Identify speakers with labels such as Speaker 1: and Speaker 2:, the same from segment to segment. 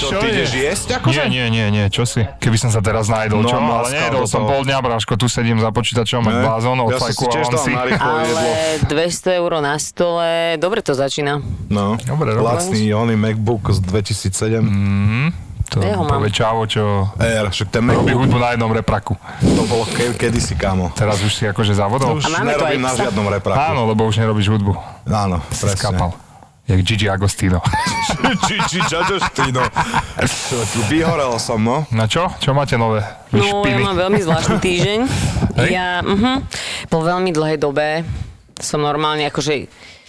Speaker 1: Čo, ty ideš jesť akože?
Speaker 2: Nie, nie, nie, nie, čo si? Keby som sa teraz najedol,
Speaker 1: No,
Speaker 2: čo ale
Speaker 1: láska,
Speaker 2: nejedol
Speaker 1: toto.
Speaker 2: som pol dňa, bráško, tu sedím za počítačom,
Speaker 1: Ne?
Speaker 2: ne? blázon,
Speaker 1: Ja som si tiež
Speaker 2: odfajkúvam
Speaker 1: dal
Speaker 2: si.
Speaker 1: na rýchlo jedlo.
Speaker 3: Ale 200 eur na stole, dobre to začína.
Speaker 1: No,
Speaker 2: Dobre, Mm. dobre.
Speaker 1: lacný oný MacBook z 2007
Speaker 2: To
Speaker 3: Ja ho mám.
Speaker 2: prvé čávo, čo
Speaker 1: Air, Eh, však ten
Speaker 2: robí
Speaker 1: MacBook
Speaker 2: hudbu na jednom repraku.
Speaker 1: to bolo ke- kedysi, kámo.
Speaker 2: Teraz už si akože zavodol?
Speaker 1: No Už
Speaker 3: A máme tu
Speaker 1: nerobím
Speaker 3: aj
Speaker 1: na
Speaker 3: psa.
Speaker 1: žiadnom repraku.
Speaker 2: Áno, lebo už nerobíš hudbu.
Speaker 1: Áno,
Speaker 2: Si skapal.
Speaker 1: presne.
Speaker 2: Jak Gigi Agostino.
Speaker 1: Či, či, čačoš ty, no. Čo, tu Vyhorel som, no.
Speaker 2: Na čo? Čo máte nové?
Speaker 3: No,
Speaker 2: Vy
Speaker 3: ja
Speaker 2: špiny.
Speaker 3: mám veľmi zvláštny týždeň.
Speaker 2: Hej.
Speaker 3: ja, uh-huh, po veľmi dlhej dobe som normálne akože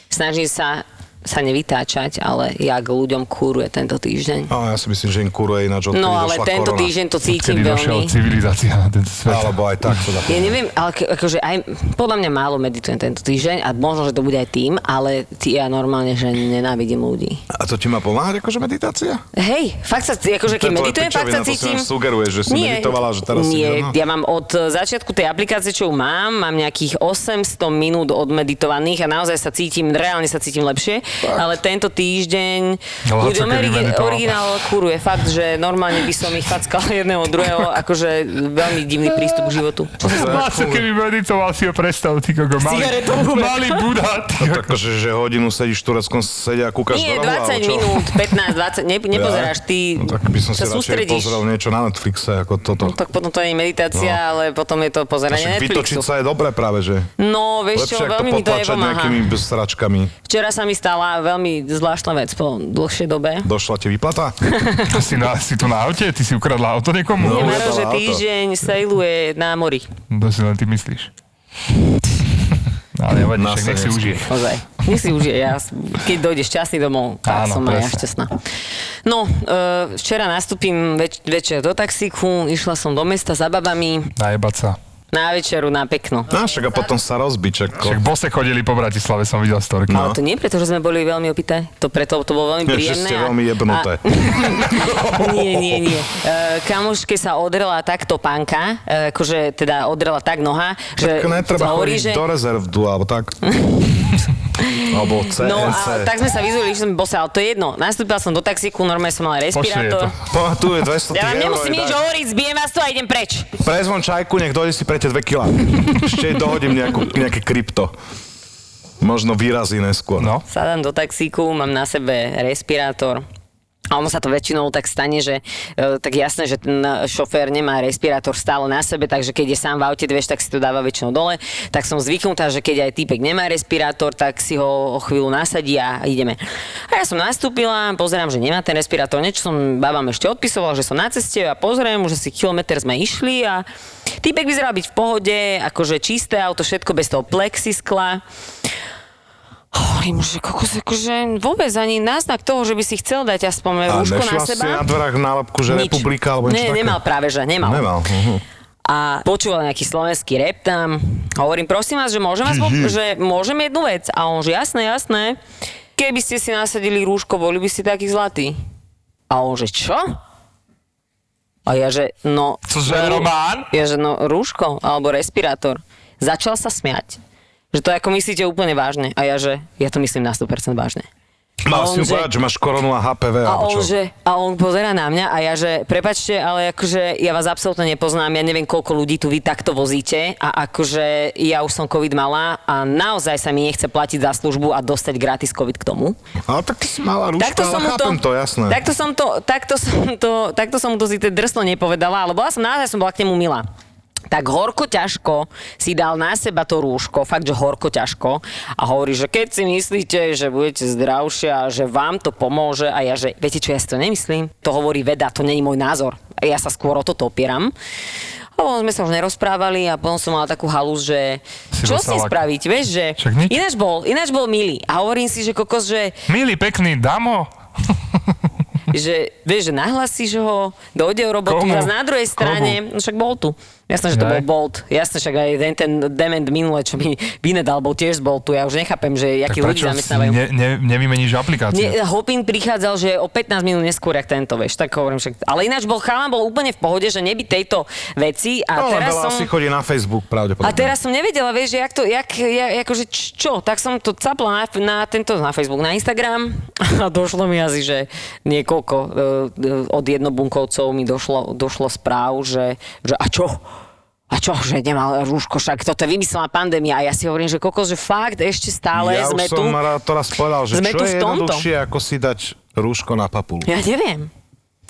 Speaker 3: snažím sa sa nevytáčať, ale ja k ľuďom kúruje tento týždeň.
Speaker 1: A No, ja si myslím, že im kuruje ináč odtedy
Speaker 3: No ale
Speaker 1: došla
Speaker 3: tento
Speaker 1: korona.
Speaker 3: týždeň to
Speaker 2: Odkedy
Speaker 3: cítim
Speaker 2: došiel
Speaker 3: veľmi.
Speaker 2: civilizácia na tento svet.
Speaker 1: Alebo aj tak sa dá
Speaker 3: Ja neviem, ale ke, akože aj, podľa mňa málo meditujem tento týždeň a možno, že to bude aj tým, ale ty, ja normálne, že nenávidím ľudí.
Speaker 1: A to ti má pomáhať akože meditácia?
Speaker 3: Hej, fakt sa, akože keď
Speaker 1: To je tvoje
Speaker 3: meditujem, fakt sa
Speaker 1: pičovina, to si
Speaker 3: cítim...
Speaker 1: len sugeruješ, že si meditovala, že teraz si-
Speaker 3: Nie,
Speaker 1: no.
Speaker 3: ja mám od e, začiatku tej aplikácie, čo ju mám, mám nejakých 800 minút odmeditovaných a naozaj sa cítim, reálne sa cítim lepšie, ale tento týždeň
Speaker 2: Láca,
Speaker 3: ľuďom
Speaker 2: keby
Speaker 3: origi-
Speaker 2: meditoval.
Speaker 3: originál kuruje fakt, že normálne by som ich fackal jedného druhého, akože veľmi divný prístup k životu.
Speaker 2: Láca, keby meditoval si ho predstav, ty koko, malý,
Speaker 3: cigaretou v ruke.
Speaker 2: malý Buda, ty
Speaker 1: To
Speaker 2: koko.
Speaker 1: akože, že hodinu sedíš v Tureckom sede a kúkaš
Speaker 3: Nie,
Speaker 1: do rohu,
Speaker 3: 20
Speaker 1: alebo čo?
Speaker 3: minút, 15, 20, ne, nepozeráš, ty
Speaker 1: No, tak by som si
Speaker 3: sa
Speaker 1: radšej
Speaker 3: sústredíš.
Speaker 1: pozrel niečo na Netflixe, ako toto.
Speaker 3: No, tak potom to nie je meditácia,
Speaker 1: No.
Speaker 3: ale potom je to pozeranie
Speaker 1: Však vytočiť
Speaker 3: Netflixu.
Speaker 1: sa je dobré práve, že?
Speaker 3: No, vieš čo,
Speaker 1: Lepšie, ako to
Speaker 3: veľmi mi to
Speaker 1: potlačať
Speaker 3: nepomáha.
Speaker 1: nejakými sračkami.
Speaker 3: Včera sa mi stala veľmi zvláštna vec po dlhšej dobe.
Speaker 1: Došla ti vyplata?
Speaker 2: Si, na, si tu na aute? Ty si ukradla auto niekomu?
Speaker 3: Je
Speaker 1: No. ujebala
Speaker 3: Maro, že
Speaker 1: auto.
Speaker 3: týždeň sailuje na mori.
Speaker 2: To si len ty myslíš. Ale nevadí,
Speaker 1: Na
Speaker 2: však nech si
Speaker 1: Slovensku.
Speaker 2: užije.
Speaker 3: Ozaj. Nech si užije, ja, keď dojdeš šťastný domov, tak
Speaker 2: Áno,
Speaker 3: som aj ja
Speaker 2: presne.
Speaker 3: šťastná. No, e, včera nastúpim več- večer do taxíku, išla som do mesta za babami,
Speaker 2: Najebať sa.
Speaker 3: na večeru, na pekno.
Speaker 1: No, však a potom sa rozbič,
Speaker 2: Však
Speaker 1: ako...
Speaker 2: bose chodili po Bratislave, som videl storky.
Speaker 3: Ale
Speaker 1: No.
Speaker 3: to nie preto, že sme boli veľmi opité, to preto to bolo veľmi
Speaker 1: Že
Speaker 3: príjemné.
Speaker 1: ste
Speaker 3: a-
Speaker 1: veľmi jebnuté.
Speaker 3: a- Nie, nie, nie. E, kamoške sa odrela takto panka, e, akože teda odrela tak noha, že
Speaker 1: Tak netreba
Speaker 3: hovorí, že...
Speaker 1: chodiť do rezervdu, alebo tak. Alebo CNC.
Speaker 3: No a tak sme sa vyzuli, že som bosa, ale to je jedno. Nastúpila som do taxíku, normálne som mala
Speaker 2: Pošli je to.
Speaker 3: respirátor.
Speaker 1: Po, No, tu je 200
Speaker 3: Ja vám
Speaker 1: eur,
Speaker 3: nemusím
Speaker 1: aj
Speaker 3: nič
Speaker 1: tak.
Speaker 3: hovoriť, zbijem vás tu a idem preč.
Speaker 1: Prezvon čajku, nech dojde si pre tie 2 kila. Ešte jej dohodím nejakú, nejaké krypto. Možno výrazy neskôr.
Speaker 2: No,
Speaker 3: Sadám do taxíku, mám na sebe respirátor. A ono sa to väčšinou tak stane, že e, tak jasné, že ten e, šofér nemá respirátor stále na sebe, takže keď je sám v aute, vieš, tak si to dáva väčšinou dole. Tak som zvyknutá, že keď aj týpek nemá respirátor, tak si ho o chvíľu nasadí a ideme. A ja som nastúpila, pozerám, že nemá ten respirátor, niečo som babám ešte odpisoval, že som na ceste a pozriem, že si kilometr sme išli a týpek vyzeral byť v pohode, akože čisté auto, všetko bez toho plexiskla. Hovorím, že kokos, akože vôbec ani náznak toho, že by si chcel dať aspoň
Speaker 1: A
Speaker 3: rúško na
Speaker 1: nešla si
Speaker 3: seba.
Speaker 1: na dverách nálepku, že
Speaker 3: Nič.
Speaker 1: republika, alebo niečo
Speaker 3: Nie,
Speaker 1: také?
Speaker 3: nemal práve, že nemal.
Speaker 1: Nemal. Uh-huh.
Speaker 3: A počúval nejaký slovenský rap tam. Hovorím, prosím vás, že môžem, vás pop- že môžem jednu vec. A on, že jasné, jasné. Keby ste si nasadili rúško, boli by ste taký zlatý. A on, že čo? A ja, že no...
Speaker 2: Cože,
Speaker 3: rú-
Speaker 2: Román?
Speaker 3: Ja, že no rúško, alebo respirátor. Začal sa smiať. Že to ako myslíte úplne vážne. A ja, že ja to myslím na 100% vážne. A
Speaker 1: Mal
Speaker 3: on,
Speaker 1: si mu
Speaker 3: že-
Speaker 1: povedať, že máš koronu a HPV,
Speaker 3: A
Speaker 1: alebo
Speaker 3: on,
Speaker 1: čo?
Speaker 3: že, a on pozera na mňa a ja, že prepačte, ale akože ja vás absolútne nepoznám, ja neviem, koľko ľudí tu vy takto vozíte a akože ja už som COVID mala a naozaj sa mi nechce platiť za službu a dostať gratis COVID k tomu.
Speaker 1: Ale tak ty si mala rúška,
Speaker 3: Takto
Speaker 1: ale
Speaker 3: som, mu to,
Speaker 1: chápem to, jasné.
Speaker 3: takto som to, takto som to, takto som mu to síce drsno nepovedala, ale bola som naozaj som bola k nemu milá. Tak horko ťažko si dal na seba to rúško, fakt, že horko ťažko a hovorí, že keď si myslíte, že budete zdravšia, že vám to pomôže a ja, že viete čo, ja si to nemyslím, to hovorí veda, to není môj názor. Ja sa skôr o toto opieram. A potom sme sa už nerozprávali a potom som mala takú halus, že
Speaker 2: Si
Speaker 3: čo s ním
Speaker 2: dostala-
Speaker 3: spraviť, vieš, že
Speaker 2: Však nič.
Speaker 3: ináč bol, ináč bol milý. A hovorím si, že kokos, že
Speaker 2: Milý, pekný, damo.
Speaker 3: že, vieš, že nahlasíš ho, dojde o robotu,
Speaker 2: Komu?
Speaker 3: zase na druhej strane, no však bol tu. Jasné, že to
Speaker 2: Aj.
Speaker 3: bol Bolt. Jasné, však aj ten, ten dement minule, čo mi vynedal, bol tiež z Boltu. Ja už nechápem, že
Speaker 2: Tak
Speaker 3: jakí ľudí
Speaker 2: prečo si
Speaker 3: zamestnávajú.
Speaker 2: ne, ne, nevymeníš aplikáciu?
Speaker 3: Nie, Hopin prichádzal, že o 15 minút neskôr, jak tento, vieš, tak hovorím však. Ale ináč bol chalan, bol úplne v pohode, že neby tejto veci a
Speaker 1: No, len
Speaker 3: teraz
Speaker 1: veľa
Speaker 3: som...
Speaker 1: asi chodí na Facebook,
Speaker 3: A
Speaker 1: pravdepodobne.
Speaker 3: teraz som nevedela, vieš, že jak to, jak, ja, akože č- čo, tak som to capla na, na tento, na Facebook, na Instagram a došlo mi asi, že niekoľko e, e, od jednobunkovcov mi došlo, došlo správ, že, že a čo? A čo, že nemal rúško, však toto je vymyslená pandémia a ja si hovorím, že kokos, že fakt ešte stále
Speaker 1: ja
Speaker 3: sme
Speaker 1: už som
Speaker 3: tu.
Speaker 1: rád to raz povedal, že
Speaker 3: Sme
Speaker 1: čo
Speaker 3: tu
Speaker 1: je
Speaker 3: v tomto.
Speaker 1: jednoduchšie, ako si dať rúško na papulu.
Speaker 3: Ja neviem.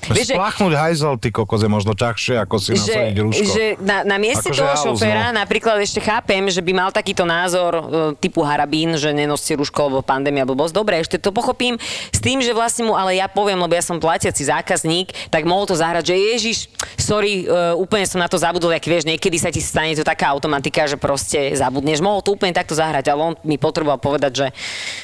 Speaker 3: Vieš, že-
Speaker 1: Spláchnuť hajzel, ty kokoze, možno ťažšie, ako si nasadiť rúško.
Speaker 3: že na, na mieste
Speaker 1: Akože
Speaker 3: toho
Speaker 1: halus,
Speaker 3: šoféra
Speaker 1: no.
Speaker 3: napríklad ešte chápem, že by mal takýto názor e, typu harabín, že nenoste rúško, lebo pandémia, blbosť. Dobre, ešte to pochopím s tým, že vlastne mu, ale ja poviem, lebo ja som platiaci zákazník, tak mohol to zahrať, že Ježiš, sorry, e, úplne som na to zabudol, jak vieš, niekedy sa ti stane to taká automatika, že proste zabudneš. Mohol to úplne takto zahrať, ale on mi potreboval povedať, že,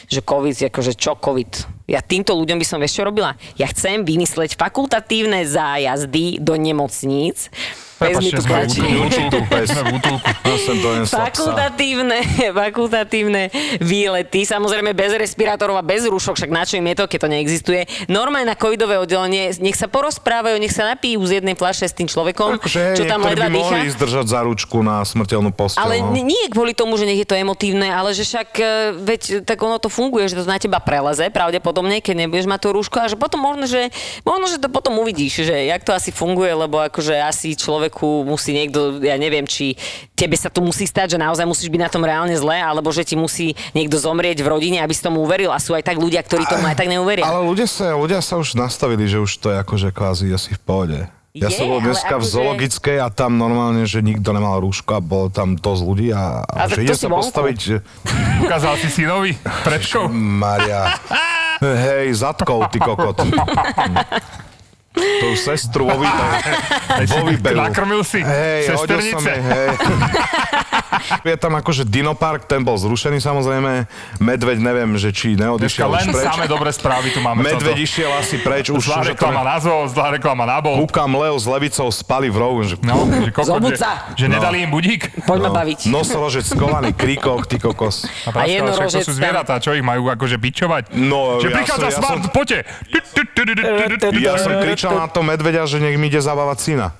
Speaker 3: že COVID, akože čo COVID? Ja týmto ľuďom by som vieš čo robila? Ja chcem vymysleť fakultatívne zájazdy do nemocníc. Pes mi tu
Speaker 2: sme v
Speaker 3: plačí.
Speaker 2: útulku.
Speaker 1: Útulku, pes.
Speaker 2: Sme v útulku.
Speaker 1: Ja som to len slabsá.
Speaker 3: Fakultatívne, fakultatívne výlety, samozrejme bez respirátorov a bez rúšok, však na čo im je to, keď to neexistuje. Normálne na covidové oddelenie, nech sa porozprávajú, nech sa napijú z jednej fľaše s tým človekom,
Speaker 1: Akože,
Speaker 3: čo tam
Speaker 1: niektorí
Speaker 3: ledva
Speaker 1: by mohli
Speaker 3: dýcha.
Speaker 1: ísť držať za ručku na smrteľnú posteľ.
Speaker 3: Ale
Speaker 1: no.
Speaker 3: n- nie kvôli tomu, že nech je to emotívne, ale že však, e, veď, tak ono to funguje, že to na teba preleze, pravdepodobne, keď nebudeš mať to rúško a že potom možno, že, možno, že to potom uvidíš, že jak to asi funguje, lebo akože asi človeku musí niekto, ja neviem, či tebe sa to musí stať, že naozaj musíš byť na tom reálne zle, alebo že ti musí niekto zomrieť v rodine, aby si tomu uveril a sú aj tak ľudia, ktorí tomu aj tak neuveria.
Speaker 1: Ale ľudia sa, ľudia sa už nastavili, že už to je akože kvázi asi v pohode. Ja
Speaker 3: Je,
Speaker 1: som bol
Speaker 3: ale
Speaker 1: dneska v
Speaker 3: akože-
Speaker 1: zoologickej a tam normálne, že nikto nemal rúško a bolo tam dosť ľudí a, a,
Speaker 3: A tak
Speaker 1: že
Speaker 3: to
Speaker 1: ide
Speaker 3: si
Speaker 1: sa
Speaker 3: vonku.
Speaker 1: postaviť, že
Speaker 2: Ukázal si synovi predkov.
Speaker 1: Maria, hej, zadkov, ty kokot. Tú sestru vo výberu. Vo výberu.
Speaker 2: Nakrmil si
Speaker 1: Hej, hodil som
Speaker 2: sesternice.
Speaker 1: jej, hej. Je tam akože dinopark, ten bol zrušený samozrejme. Medveď neviem, že či
Speaker 2: Dneska
Speaker 1: neodišiel už
Speaker 2: len
Speaker 1: preč.
Speaker 2: samé dobré správy tu máme.
Speaker 1: Medveď
Speaker 2: toto.
Speaker 1: išiel asi preč, už,
Speaker 2: Zlá
Speaker 1: už akože- ako
Speaker 2: reklama na zo, zlá reklama na bol.
Speaker 1: Kúkam, Leo s Levicou spali v rohu, že
Speaker 2: No, že, kokot,
Speaker 3: Zobud
Speaker 2: že,
Speaker 3: sa.
Speaker 1: No.
Speaker 2: že nedali im budík.
Speaker 3: Poďme baviť.
Speaker 2: No,
Speaker 1: nosorožec skovaný, kríkok, ty kokos.
Speaker 2: A, práska,
Speaker 3: jedno
Speaker 2: však to
Speaker 3: rožec
Speaker 2: sú
Speaker 3: tam.
Speaker 2: zvieratá, čo ich majú akože bičovať?
Speaker 1: No,
Speaker 2: že
Speaker 1: ja
Speaker 2: prichádza
Speaker 1: som- ja
Speaker 2: smart,
Speaker 1: som-
Speaker 2: poďte. Tu, tu, tu, tu, tu, tu, tu, tu.
Speaker 1: Ja som kričal na to medveďa, že nech mi ide zabávať syna.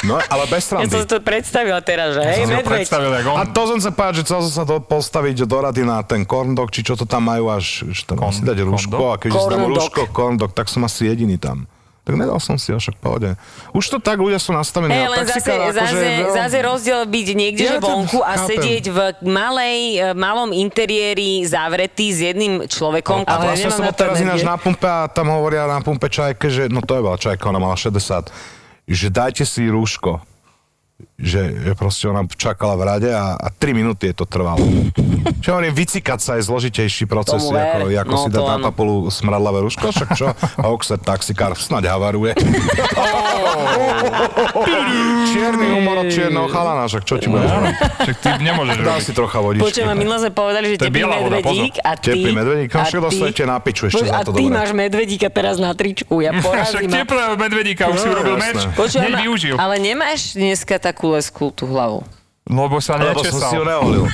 Speaker 1: No, ale bez
Speaker 3: Ja
Speaker 1: srandy.
Speaker 3: som si to predstavila teraz, že hej,
Speaker 2: Som si ho
Speaker 3: medveď.
Speaker 2: predstavil, jak
Speaker 1: A
Speaker 2: on
Speaker 1: to som sa páči, že chcel som sa do, postaviť do rady na ten korndok, či čo to tam majú až, že tam
Speaker 2: Corn-
Speaker 1: musí dať rúško
Speaker 2: corndog?
Speaker 1: a keďže si dám
Speaker 3: Corndog.
Speaker 1: rúško, korndok, tak som asi jediný tam. Tak nedal som si, však pohode. Už to tak ľudia sú nastavení
Speaker 3: Hey, len
Speaker 1: na
Speaker 3: zase,
Speaker 1: taxikára, No, akože
Speaker 3: zase,
Speaker 1: veľmi-
Speaker 3: zase rozdiel byť niekde
Speaker 1: Ja
Speaker 3: že
Speaker 1: to
Speaker 3: vonku a
Speaker 1: chápem.
Speaker 3: sedieť v malej, e, malom interiéri zavretý s jedným človekom,
Speaker 1: A
Speaker 3: ale
Speaker 1: vlastne
Speaker 3: nemám
Speaker 1: som
Speaker 3: na
Speaker 1: bol
Speaker 3: to
Speaker 1: teraz ináč
Speaker 3: energie.
Speaker 1: na pumpe a tam hovoria na pumpe čajke, že, no to je bola čajka, ona mala 60, že dajte si rúško. Že, že proste ona čakala v rade a, a 3 minúty je to trvalo. Čo hovorím, vycikať sa je zložitejší proces,
Speaker 3: Tomu ver,
Speaker 1: ako, ako
Speaker 3: no
Speaker 1: si
Speaker 3: to
Speaker 1: dať na
Speaker 3: áno.
Speaker 1: papulu smradlavé rúško, však čo? A Oxer taxikár snáď havaruje. Čierny humor od čierneho chalana, však čo ti budeš robiť?
Speaker 2: Však ty nemôžeš
Speaker 1: Dá
Speaker 2: robiť.
Speaker 1: si trocha vodičky.
Speaker 3: Počujem, a no, minule sme povedali, že
Speaker 2: To je
Speaker 3: teplý
Speaker 2: biela voda,
Speaker 3: medvedík a ty...
Speaker 1: Teplý medvedík,
Speaker 3: a
Speaker 1: však
Speaker 3: ty-
Speaker 1: dostanete na piču ešte
Speaker 3: Počuj,
Speaker 1: za
Speaker 3: a
Speaker 1: to,
Speaker 3: ty
Speaker 1: dobre.
Speaker 3: máš medvedíka teraz na tričku, ja
Speaker 2: Však
Speaker 3: porazím. a-
Speaker 2: teplého medvedíka už si
Speaker 1: No,
Speaker 2: urobil
Speaker 1: jasné.
Speaker 2: meč.
Speaker 3: Počujem,
Speaker 2: Hneď
Speaker 3: ma-
Speaker 2: využil.
Speaker 3: ale nemáš dneska takú leskú tú hlavu.
Speaker 2: Lebo sa
Speaker 1: Lebo som si ho
Speaker 2: nečesal.
Speaker 1: neolil.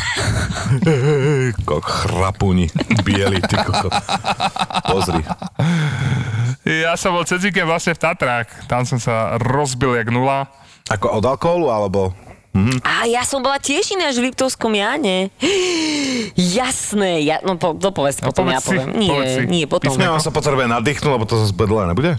Speaker 1: Ko chrapuni, bieli, ty koko. Pozri.
Speaker 2: Ja som bol cez víkend vlastne v Tatrách. Tam som sa rozbil jak nula.
Speaker 1: Ako od alkoholu, alebo... Hm.
Speaker 3: A ja som bola tiež ináč v Liptovskom Jane. Jasné, ja, no po, to povedz
Speaker 2: No,
Speaker 3: potom, ja
Speaker 2: povedz si,
Speaker 3: poviem. Nie,
Speaker 2: povedz si.
Speaker 3: nie, potom.
Speaker 1: Písme, on sa potrebuje nadýchnuť, lebo to zase bedle, nebude?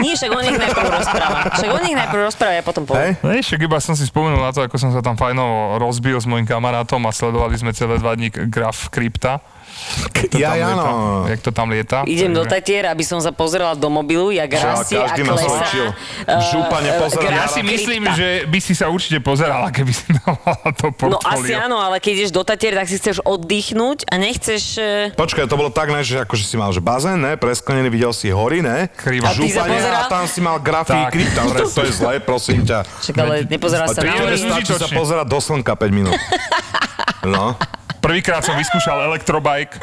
Speaker 3: Nie, však o nich najprv rozpráva. Však o nich najprv rozpráva, ja potom poviem.
Speaker 1: Hej?
Speaker 2: No nie, však iba som si spomenul na to, ako som sa tam fajno rozbil s mojim kamarátom a sledovali sme celé dva dní graf krypta. Jak to
Speaker 1: Ja,
Speaker 2: tam
Speaker 1: ja,
Speaker 2: lieta,
Speaker 1: no.
Speaker 2: Jak to tam lieta.
Speaker 3: Idem do
Speaker 2: Takže-
Speaker 3: Tatier, aby som sa pozrela do mobilu, jak rastie a
Speaker 1: každý ma
Speaker 3: klesá.
Speaker 1: zaučil.
Speaker 3: eh,
Speaker 1: Župa nepozerá
Speaker 3: graf
Speaker 2: Ja si
Speaker 3: krypta.
Speaker 2: myslím, že by si sa určite pozerala, keby si dala to
Speaker 3: No
Speaker 2: portfólio.
Speaker 3: asi áno, ale keď ideš do Tatier, tak si chceš oddychnúť a nechceš... eh,
Speaker 1: Počkaj, to bolo tak, ne, že akože si mal že bazén, ne, presklenený, videl si hory, ne?
Speaker 3: A
Speaker 2: Krýva.
Speaker 3: ty sa nepozeral.
Speaker 1: a tam si mal grafii
Speaker 2: Tak,
Speaker 1: krypta, to, to je zlé, prosím ťa.
Speaker 3: Čak, ale nepozeral sa
Speaker 1: A
Speaker 3: na
Speaker 2: tri
Speaker 3: mňa.
Speaker 2: hodiny
Speaker 1: stačí sa
Speaker 2: užitočný.
Speaker 1: pozerať do slnka 5 minút. No,
Speaker 2: Prvýkrát som vyskúšal elektrobike.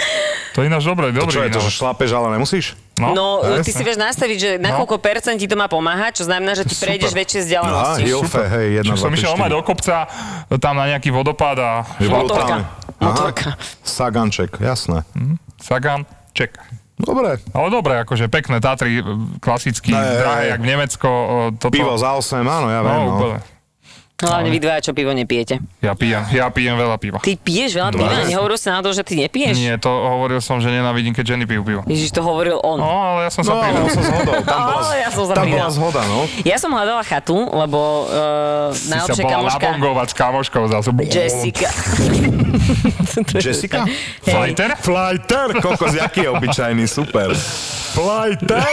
Speaker 2: To je ináč dobré,
Speaker 1: to
Speaker 2: dobrý no.
Speaker 1: čo je to, že
Speaker 2: vynález.
Speaker 1: šlapeš, ale nemusíš?
Speaker 3: No,
Speaker 1: jasne.
Speaker 3: ty si vieš nastaviť, že na
Speaker 2: No.
Speaker 3: koľko percent ti to má pomáhať, čo znamená, že ty
Speaker 2: Super.
Speaker 3: prejdeš väčšie
Speaker 1: Á,
Speaker 3: vzdialenosti.
Speaker 1: Hilfe, hej, 1, 2, 3, 4.
Speaker 2: Čiže som išiel omať do kopca, tam na nejaký vodopád a
Speaker 3: Motorka. Motorka.
Speaker 1: Saganček, jasné.
Speaker 2: Sagan, ček.
Speaker 1: Dobre,
Speaker 2: Ale dobre, akože pekné Tatry, klasicky,
Speaker 1: Hej,
Speaker 2: drahé,
Speaker 1: hej.
Speaker 2: jak v Nemecko. o, Toto.
Speaker 1: pivo za 8, áno, ja
Speaker 2: No,
Speaker 1: viem. No,
Speaker 2: úplne.
Speaker 3: No, Hlavne vy dva, čo pivo nepijete.
Speaker 2: Ja pijem, ja pijem veľa piva.
Speaker 3: Ty piješ veľa piva, nehovoril si náhodou, že ty nepiješ?
Speaker 2: Nie, to hovoril som, že nenávidím, keď ženy pijú pivo.
Speaker 3: Ježiš, to hovoril on.
Speaker 2: No, ale ja som sa
Speaker 1: No,
Speaker 2: pridal.
Speaker 1: ja som zhodol. Tam bola,
Speaker 3: Ale ja som sa
Speaker 1: tam bola
Speaker 3: pridal.
Speaker 1: zhoda, no.
Speaker 3: Ja som hľadala chatu, lebo uh,
Speaker 2: Si sa
Speaker 3: najlepšia
Speaker 2: bola
Speaker 3: kamoška
Speaker 2: nabongovať s kamoškou zase.
Speaker 3: Jessica.
Speaker 1: Jessica?
Speaker 3: Hej.
Speaker 2: Fajter?
Speaker 1: Flighter, kokos, jaký je obyčajný, super. Flighter?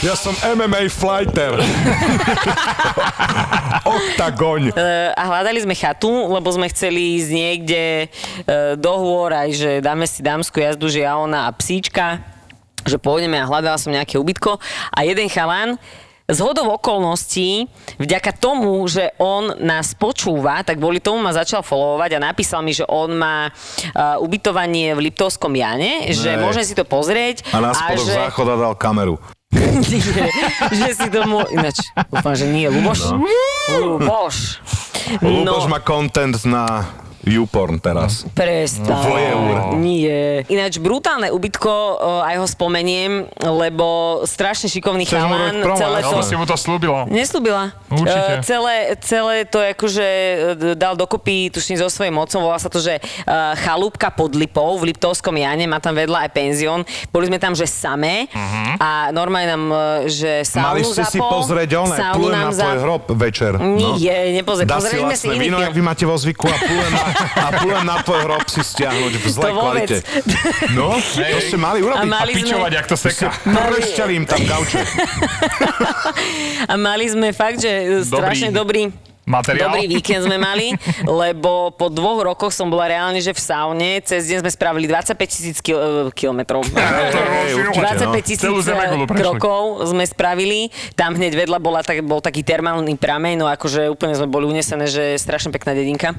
Speaker 1: ja som MMA flighter. Oktagoň.
Speaker 3: Eh, a hľadali sme chatu, lebo sme chceli ísť niekde eh, do hôr, aj že dáme si dámsku jazdu, že ja ona a psíčka, že pôjdeme a hľadala som nejaké ubytko a jeden chalan z hodov okolností, vďaka tomu, že on nás počúva, tak boli tomu ma začal followovať a napísal mi, že on má eh, ubytovanie v Liptovskom Jane, že
Speaker 1: Nej.
Speaker 3: môže si to pozrieť.
Speaker 1: A na spodok
Speaker 3: že...
Speaker 1: záchoda dal kameru.
Speaker 3: že, že si to mô... Ináč, dúfam, že nie. Luboš? No. Luboš. No.
Speaker 1: Lúboš má content na YouPorn teraz.
Speaker 3: Prestan.
Speaker 1: Voyeur.
Speaker 3: Nie. Ináč brutálne ubytko, o, aj ho spomeniem, lebo strašne šikovný
Speaker 2: Chceš mu robiť
Speaker 3: chalan.
Speaker 2: promo,
Speaker 3: No, Celé
Speaker 2: ja
Speaker 3: to...
Speaker 2: som si mu to slúbila.
Speaker 3: Neslúbila.
Speaker 2: Určite.
Speaker 3: E, celé, celé to akože e, dal dokopy, tuším, so svojím otcom. Volá sa to, že e, chalúbka pod Lipou v Liptovskom Jane. Má tam vedľa aj penzión. Boli sme tam, že samé. A normálne nám, e, že
Speaker 1: Mhm. Mali
Speaker 3: saunu
Speaker 1: ste si
Speaker 3: zapol,
Speaker 1: pozrieť oné,
Speaker 3: saunu
Speaker 1: plujem
Speaker 3: nám
Speaker 1: na tvoj
Speaker 3: zap-
Speaker 1: hrob večer. no.
Speaker 3: Nie, nepozrieť.
Speaker 1: Dá si
Speaker 3: Pozreli sme si
Speaker 1: vlastné
Speaker 3: iný
Speaker 1: víno,
Speaker 3: film.
Speaker 1: jak vy máte vo zvyku a plujem na, a plujem na tvoj hrob si stiahnuť v zlej
Speaker 3: To vôbec.
Speaker 1: kvalite. No, to ste mali
Speaker 3: A
Speaker 1: urobiť.
Speaker 2: A
Speaker 3: mali sme-
Speaker 2: pičovať, jak to seká.
Speaker 1: Prorešťali im tam gauče.
Speaker 3: A mali sme fakt, že e, strašne dobrý
Speaker 2: Materiál?
Speaker 3: Dobrý víkend sme mali, lebo po dvoch rokoch som bola reálne, že v saune. Cez deň sme spravili 25 tisíc kil- e, kilometrov.
Speaker 2: To je
Speaker 1: Hej, určite, no.
Speaker 3: 25
Speaker 2: Celú
Speaker 3: tisíc e,
Speaker 2: Zemegulu prešli.
Speaker 3: krokov sme spravili, tam hneď vedľa bola, tak, bol taký termálny prameň, no akože úplne sme boli unesené, že strašne pekná dedinka.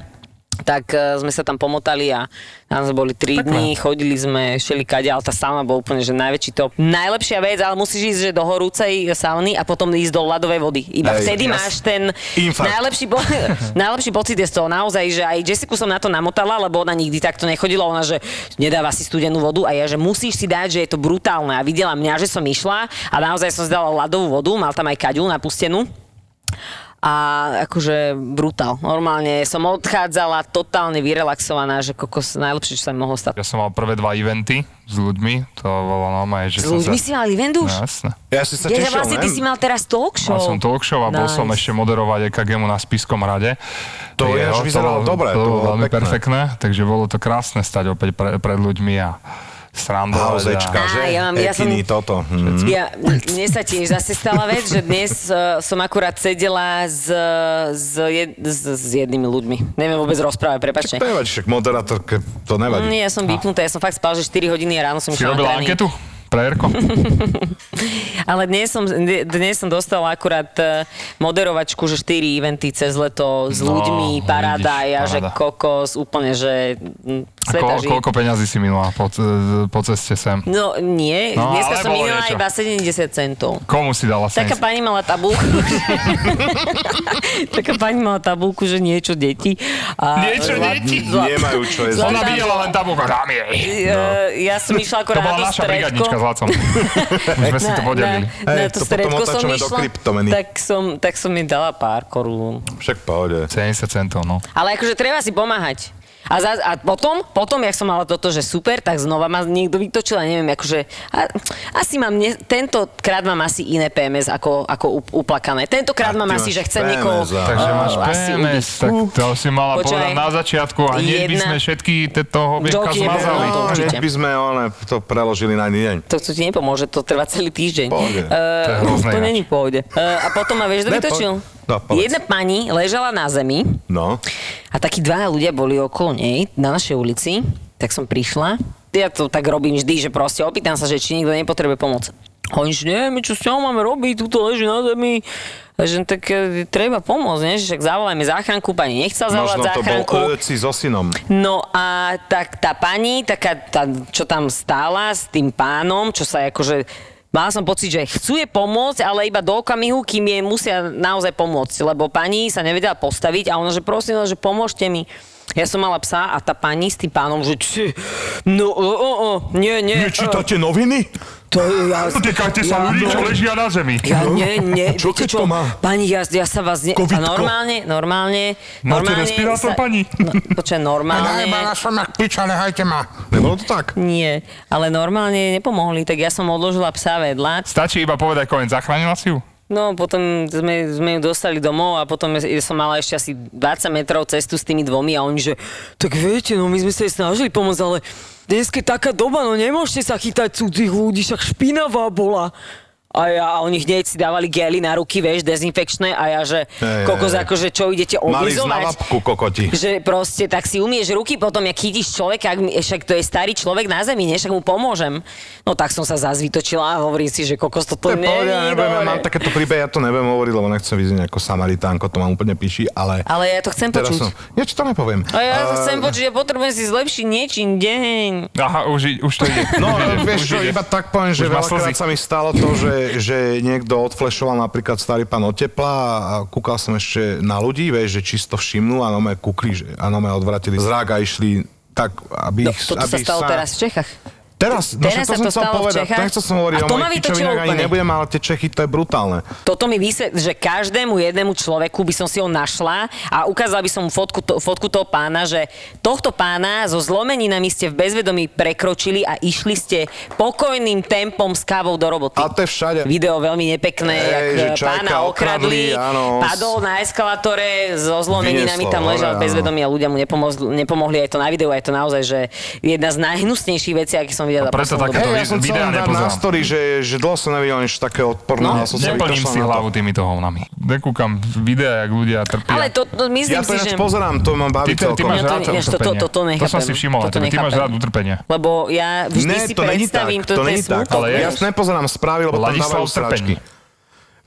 Speaker 3: Tak e, sme sa tam pomotali a tam sme boli 3 dní, chodili sme, šeli kade, ale tá sauna bola úplne, že najväčší top. Najlepšia vec, ale musíš ísť že do horúcej sauny a potom ísť do ľadovej vody. Iba
Speaker 1: Hej,
Speaker 3: vtedy
Speaker 1: jasne.
Speaker 3: máš ten
Speaker 1: Infarkt.
Speaker 3: najlepší, po, najlepší pocit je z toho naozaj, že aj Jessica som na to namotala, lebo ona nikdy takto nechodila, ona, že nedáva si studenú vodu a ja, že musíš si dať, že je to brutálne. A videla mňa, že som išla a naozaj som si dala ľadovú vodu, mal tam aj kaďu napustenú a akože brutál. Normálne som odchádzala totálne vyrelaxovaná, že kokos najlepšie, čo sa mi mohlo stať.
Speaker 2: Ja som mal prvé dva eventy s ľuďmi, to bolo normálne, že
Speaker 3: S
Speaker 2: som sa...
Speaker 3: ľuďmi si mali vendu
Speaker 2: No,
Speaker 3: už?
Speaker 2: jasné.
Speaker 1: Ja si sa
Speaker 3: Ja, že
Speaker 1: tešil,
Speaker 3: vlastne ty si
Speaker 1: ne?
Speaker 3: mal teraz talk show.
Speaker 2: Mal som talk show a bol som ešte moderovať EKG mu na Spiskom rade.
Speaker 1: To
Speaker 2: Jo,
Speaker 1: ináč vyzeralo
Speaker 2: bolo-
Speaker 1: dobre, to
Speaker 2: To bolo
Speaker 1: bolo
Speaker 2: veľmi
Speaker 1: pekné.
Speaker 2: perfektné, takže bolo to krásne stať opäť pre, pred ľuďmi a srandovať.
Speaker 1: Hauzečka,
Speaker 2: a-
Speaker 3: Á,
Speaker 1: že?
Speaker 3: ja mám- ja som-
Speaker 1: Ekiny, toto. Hm.
Speaker 2: Mm-hmm.
Speaker 3: Ja, mne sa tiež zase stala vec, že dnes uh, som akurát sedela s, s, jed, s, s jednými ľuďmi. Neviem vôbec rozprávať, prepačte.
Speaker 1: To nevadí, však moderátor, ke- to nevadí.
Speaker 3: Nie, ja som vypnutá, ja som fakt spal, že 4 hodiny a ráno som
Speaker 2: No. Si
Speaker 3: išla na
Speaker 2: robila
Speaker 3: tréning.
Speaker 2: anketu? Pre Erko?
Speaker 3: Ale dnes som, dnes som dostala akurát eh, moderovačku, že 4 eventy cez leto s
Speaker 2: No,
Speaker 3: ľuďmi, paráda,
Speaker 2: vidíš,
Speaker 3: ja že
Speaker 2: paráda.
Speaker 3: kokos, úplne, že mm,
Speaker 2: A
Speaker 3: sveta
Speaker 2: ko,
Speaker 3: žije.
Speaker 2: koľko peňazí si minula po, c- po ceste sem?
Speaker 3: No nie,
Speaker 2: No,
Speaker 3: dneska
Speaker 2: ale
Speaker 3: som
Speaker 2: bolo
Speaker 3: minula
Speaker 2: niečo.
Speaker 3: iba 70 centov.
Speaker 2: Komu si dala
Speaker 3: Taká
Speaker 2: sen?
Speaker 3: pani mala tabulku, taká pani mala tabulku, že niečo deti. A
Speaker 2: Niečo deti?
Speaker 1: Nemajú čo jesť.
Speaker 3: Zlatá-
Speaker 2: Ona videla len tabulku, dám jej.
Speaker 3: Eh, Ja som išla
Speaker 2: To
Speaker 3: akorát
Speaker 2: bola
Speaker 3: na to
Speaker 2: naša brigadnička s
Speaker 3: stredko.
Speaker 2: Lacom. Už sme si to podelili.
Speaker 3: na, na
Speaker 1: Hej,
Speaker 3: to,
Speaker 1: to potom
Speaker 3: stredko som
Speaker 1: otáčame do
Speaker 3: išla,
Speaker 1: kryptomeny.
Speaker 3: tak som, tak som mi dala pár korún.
Speaker 1: Však pohode.
Speaker 2: 70 centov, no.
Speaker 3: Ale akože treba si pomáhať. A, za, a potom, potom, jak som mala toto, že super, tak znova ma niekto vytočil a neviem, akože, a, asi mám, ne, tentokrát mám asi iné PMS ako, ako up- uplakané. Tentokrát
Speaker 1: A
Speaker 3: mám
Speaker 1: ty
Speaker 3: asi,
Speaker 1: máš
Speaker 3: že chcem
Speaker 1: PMS,
Speaker 3: niekoho
Speaker 1: a-
Speaker 2: Takže máš
Speaker 3: eh, asi
Speaker 2: PMS,
Speaker 3: ubiť.
Speaker 2: tak to si mala
Speaker 3: Počúvaj.
Speaker 2: povedať na začiaľku a hneď by
Speaker 3: Jedna-
Speaker 2: sme všetky tieto hobieka
Speaker 3: Joky je
Speaker 2: zmazali.
Speaker 3: bolo.
Speaker 1: No,
Speaker 3: určite.
Speaker 1: nech by sme one, to preložili na iný deň.
Speaker 3: To, to ti nepomôže, to trvá celý týždeň. Eh,
Speaker 1: Pohode.
Speaker 2: To je hrozné
Speaker 3: to
Speaker 2: ináč.
Speaker 3: není v pohode. Eh, a potom ma vieš, kto
Speaker 1: Ne,
Speaker 3: vytočil?
Speaker 1: po- no, povedz.
Speaker 3: Jedna pani ležala na zemi,
Speaker 1: No.
Speaker 3: A takí dva ľudia boli okolo nej na našej ulici, tak som prišla. Ja to tak robím vždy, že proste opýtam sa, že či niekto nepotrebuje pomoc. A oni, že nie, my čo s ňou máme robiť, tuto leží na zemi. A Že tak e, treba pomôcť, nie? že však zavolajme záchranku, pani nechcela zavolať
Speaker 1: Možno to bol
Speaker 3: záchranku.
Speaker 1: Öci so synom.
Speaker 3: No a tak tá pani, taká, tá, čo tam stála s tým pánom, čo sa akože... Mala som pocit, že chcú jej pomôcť, ale iba do okamihu, kým jej musia naozaj pomôcť, lebo pani sa nevedela postaviť a ona, že prosím vás, že pomôžte mi. Ja som mala psa a tá pani s tým pánom, že "Či, no, o, o, o, nie, nie. o,
Speaker 1: Nečítate noviny?
Speaker 3: to, ja, no.
Speaker 2: Utekajte sa ľudí, čo ležia na zemi.
Speaker 3: ja nie, nie,
Speaker 1: Čo
Speaker 3: viete
Speaker 1: keď to má?
Speaker 3: Pani, ja, ja sa vás... Ne... A
Speaker 1: Covidko.
Speaker 3: normálne, normálne...
Speaker 2: Máte
Speaker 3: normálne
Speaker 2: respirátor, pani?
Speaker 3: No, počkaj, normálne...
Speaker 4: Najebala som na piča, nehajte ma.
Speaker 1: Nebolo to tak?
Speaker 3: Nie, ale normálne nepomohli, tak ja som odložila psa vedľa.
Speaker 2: Stačí iba povedať koniec, zachránila si ju?
Speaker 3: No potom sme, sme ju dostali domov a potom ja som mala ešte asi 20 metrov cestu s tými dvomi a oni že tak viete, no my sme sa jej snažili pomôcť, ale dnes je taká doba, no nemôžete sa chytať cudzích ľudí, však špinavá bola. A, ja, a oni hneď si dávali gely na ruky, vieš, dezinfekčné a ja, že
Speaker 1: Ej,
Speaker 3: kokos,
Speaker 1: ej, ej.
Speaker 3: akože čo idete
Speaker 1: Mali ísť
Speaker 3: oblizovať?
Speaker 1: na labku kokoti.
Speaker 3: Že proste, tak si umieš ruky potom, jak chytíš človeka, ak, mi- však to je starý človek na zemi, nie, však mu pomôžem. No tak som sa zazvitočila a hovorím si, že kokos toto
Speaker 1: To je
Speaker 3: nie
Speaker 1: pohode, ja
Speaker 3: je
Speaker 1: neviem, ja mám
Speaker 3: dobre.
Speaker 1: takéto príbehy, ja to neviem hovoriť, lebo nechcem vyznieť ako samaritánko, to mám úplne píši, ale...
Speaker 3: Ale ja to chcem
Speaker 1: Teraz
Speaker 3: počuť.
Speaker 1: som... Ja ti to nepoviem.
Speaker 3: A ja to
Speaker 1: Eh,
Speaker 3: chcem počuť, ja potrebujem si zlepšiť niečím deň.
Speaker 2: Aha, už, i- už to ide.
Speaker 1: No,
Speaker 2: už ide,
Speaker 1: vieš
Speaker 2: už
Speaker 1: čo,
Speaker 2: ide.
Speaker 1: iba tak poviem, že
Speaker 2: Už má
Speaker 1: veľakrát
Speaker 2: slzy.
Speaker 1: sa mi stalo to, že, že niekto odflešoval napríklad starý pán od tepla a kúkal som ešte na ľudí, vieš, že čisto všimnú a nome kúkli, že, a nome odvratili zrak a išli tak, aby
Speaker 3: No,
Speaker 1: ich...
Speaker 3: toto
Speaker 1: aby
Speaker 3: sa stalo teraz v Čechách.
Speaker 1: Teraz, no,
Speaker 3: Teraz
Speaker 1: však to
Speaker 3: sa
Speaker 1: som
Speaker 3: to
Speaker 1: chcel
Speaker 3: stalo v
Speaker 1: povedať,
Speaker 3: Čechách.
Speaker 1: to nechcel som hovoriť
Speaker 3: A
Speaker 1: o
Speaker 3: to ma
Speaker 1: mojich
Speaker 3: vytočilo
Speaker 1: pičovinách, ani
Speaker 3: úplne.
Speaker 1: nebudem, ale tie Čechy, to je brutálne.
Speaker 3: Toto mi vysvetl, že každému jednému človeku by som si ho našla a ukázala by som mu fotku, to, fotku toho pána, že tohto pána so zlomeninami ste v bezvedomí prekročili a išli ste pokojným tempom s kávou do roboty.
Speaker 1: A to je všade.
Speaker 3: Video veľmi nepekné,
Speaker 1: Hej,
Speaker 3: jak
Speaker 1: že
Speaker 3: e,
Speaker 1: čajka
Speaker 3: pána okradli,
Speaker 1: okradli, áno.
Speaker 3: padol na eskalátore so zlomeninami,
Speaker 1: Vynieslo
Speaker 3: tam
Speaker 1: hore,
Speaker 3: ležal
Speaker 1: áno.
Speaker 3: bezvedomí a ľudia mu nepomohli, nepomohli aj to na videu, aj to naozaj, že jedna z najhnusnejších vecí, aké som videla.
Speaker 2: A preto
Speaker 3: poslednú
Speaker 2: takéto
Speaker 3: dobu.
Speaker 2: To
Speaker 1: Hej, ja
Speaker 2: vi-
Speaker 1: som chcel
Speaker 2: videa
Speaker 1: vám dať na
Speaker 2: nepozerám.
Speaker 1: story, že, že dlho som nevidel nič také odporné.
Speaker 3: No,
Speaker 1: a som sa
Speaker 2: Neplním
Speaker 1: vykašľal
Speaker 2: si
Speaker 1: na to.
Speaker 2: hlavu týmito hovnami. Nekúkam videa, jak ľudia trpia.
Speaker 3: Ale to, to myslím
Speaker 1: Ja to
Speaker 3: si,
Speaker 1: ináč
Speaker 3: že...
Speaker 1: pozerám, to mám baví
Speaker 2: Ty, ty, ty
Speaker 1: celkom.
Speaker 2: máš
Speaker 3: Ja to
Speaker 2: rád
Speaker 3: ne- vieš, to-
Speaker 2: utrpenie.
Speaker 3: to- to- to
Speaker 2: to som si
Speaker 3: nechápem.
Speaker 2: všimol, akože
Speaker 3: Toto
Speaker 2: ty máš
Speaker 3: nechápem.
Speaker 2: rád utrpenie.
Speaker 3: Lebo ja vždy
Speaker 1: Ne,
Speaker 3: si
Speaker 1: to není tak,
Speaker 3: predstavím, to, to, je
Speaker 1: není tak.
Speaker 3: smutné.
Speaker 2: Ale je-
Speaker 1: Ja si nepozerám správy, lebo tam
Speaker 2: Ladislav
Speaker 1: dávajú
Speaker 2: Trpeň.
Speaker 1: sračky.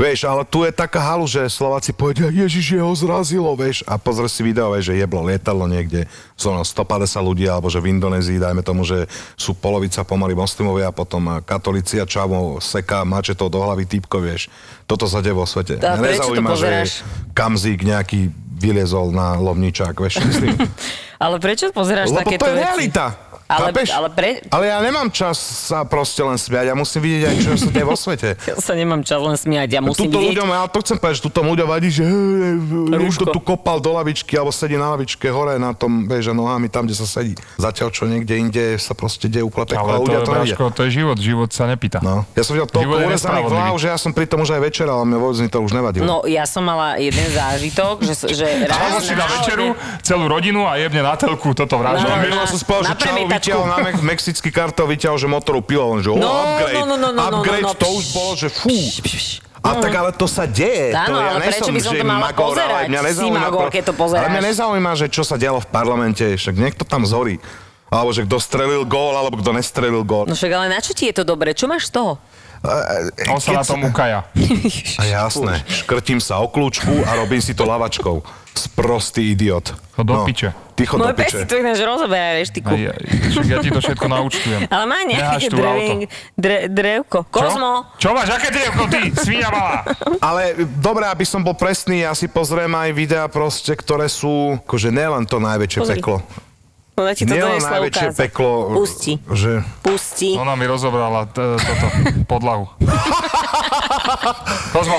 Speaker 1: Vieš, ale tu je taká halu, že Slováci povedia, Ježiš, jeho zrazilo, vieš, a pozri si video, vieš, že jeblo lietadlo niekde, sú na 150 ľudí, alebo že v Indonézii, dajme tomu, že sú polovica pomaly moslimovia, a potom eh, katolíci a čavo seká mačetov do hlavy týpko, vieš. Toto sa deje vo svete.
Speaker 3: A prečo
Speaker 1: Mňa
Speaker 3: to
Speaker 1: nezaujíma, že
Speaker 3: pozeráš?
Speaker 1: kamzík nejaký vyliezol na lovničák, vieš, čo myslím.
Speaker 3: Ale prečo pozeráš
Speaker 1: Lebo
Speaker 3: takéto
Speaker 1: to je
Speaker 3: veci?
Speaker 1: realita.
Speaker 3: Ale-
Speaker 1: chápeš?
Speaker 3: ale pre-
Speaker 1: ale ja nemám čas sa proste len smiať, ja musím vidieť aj čo sa deje vo svete.
Speaker 3: Ja sa nemám čas len smiať, ja musím
Speaker 1: Tuto
Speaker 3: vidieť.
Speaker 1: ľuďom, ja to chcem povedať, že tuto ľuďom vadí, že hej, hej, niekto
Speaker 3: Rúško.
Speaker 1: tu kopal do lavičky alebo sedí na lavičke hore na tom, vieš, a nohami tam, kde sa sedí. Zatiaľ čo niekde inde sa proste deje úplatek,
Speaker 2: Ale
Speaker 1: ale
Speaker 2: to,
Speaker 1: ľudia to nevidia.
Speaker 2: Braško, to je život, život sa nepýta.
Speaker 1: No. Ja som videl
Speaker 2: Život je
Speaker 1: toľko urezaných
Speaker 2: nespravodlivý.
Speaker 1: hlav, že ja som pri tom už aj večer, ale mne vôbec mi to už nevadilo.
Speaker 3: No, ja som mala jeden zážitok, že, že
Speaker 2: Alebo
Speaker 3: raz
Speaker 2: si dá
Speaker 3: náhodne-
Speaker 2: večeru, celú rodinu a jebne na telku toto vražo.
Speaker 3: No,
Speaker 1: A
Speaker 3: no,
Speaker 1: minule som spal,
Speaker 3: na
Speaker 1: že čau
Speaker 3: premietačku.
Speaker 1: vyťahol na me- mexický kartel, vyťahol, že motoru pilo, lenže o,
Speaker 3: No,
Speaker 1: upgrade,
Speaker 3: no, no, no, no, no,
Speaker 1: upgrade,
Speaker 3: no, no,
Speaker 1: to už
Speaker 3: pš,
Speaker 1: bolo, že fú.
Speaker 3: pš, pš, pš.
Speaker 1: A tak ale to sa deje,
Speaker 3: No. Áno,
Speaker 1: to ja
Speaker 3: ale prečo
Speaker 1: nesom,
Speaker 3: by som
Speaker 1: že
Speaker 3: to mala
Speaker 1: magor, ale
Speaker 3: pozerať?
Speaker 1: mňa
Speaker 3: Si
Speaker 1: nezaujíma,
Speaker 3: magor, keď to pozeráš.
Speaker 1: Ale mňa nezaujíma, že čo sa dialo v parlamente, však niekto tam zhorí. Alebo že kto strelil gól, alebo kto nestrelil gól.
Speaker 3: No však, ale na čo ti je to dobré? Čo máš z toho? no.
Speaker 2: On sa
Speaker 1: Keď
Speaker 2: na
Speaker 1: sa-
Speaker 2: tom ukaja.
Speaker 1: A jasné, škrtím sa o kľúčku a robím si to lavačkou. Sprostý idiot.
Speaker 2: To do piče.
Speaker 1: Ty chod do
Speaker 3: Môj pes si
Speaker 1: piče.
Speaker 3: to ináč rozoberá reštiku.
Speaker 2: Aj, aj, však ja ti to všetko naučtujem.
Speaker 3: Ale má
Speaker 2: Neháš
Speaker 3: nejaké
Speaker 2: tu auto.
Speaker 3: dreving, dre, drevko.
Speaker 2: Čo?
Speaker 3: Kozmo,
Speaker 2: Čo máš? Aké drievko ty, svinia malá?
Speaker 1: Ale dobre, aby som bol presný, ja si pozriem aj videá proste, ktoré sú, akože nielen to najväčšie
Speaker 3: Pozri.
Speaker 1: peklo.
Speaker 3: ona No, ti to
Speaker 1: Nielen
Speaker 3: donesla
Speaker 1: najväčšie No.
Speaker 3: ukázať.
Speaker 1: peklo,
Speaker 3: Pusti,
Speaker 1: že...
Speaker 3: pusti.
Speaker 2: Ona mi rozobrala t- toto, podlahu. Kozmo,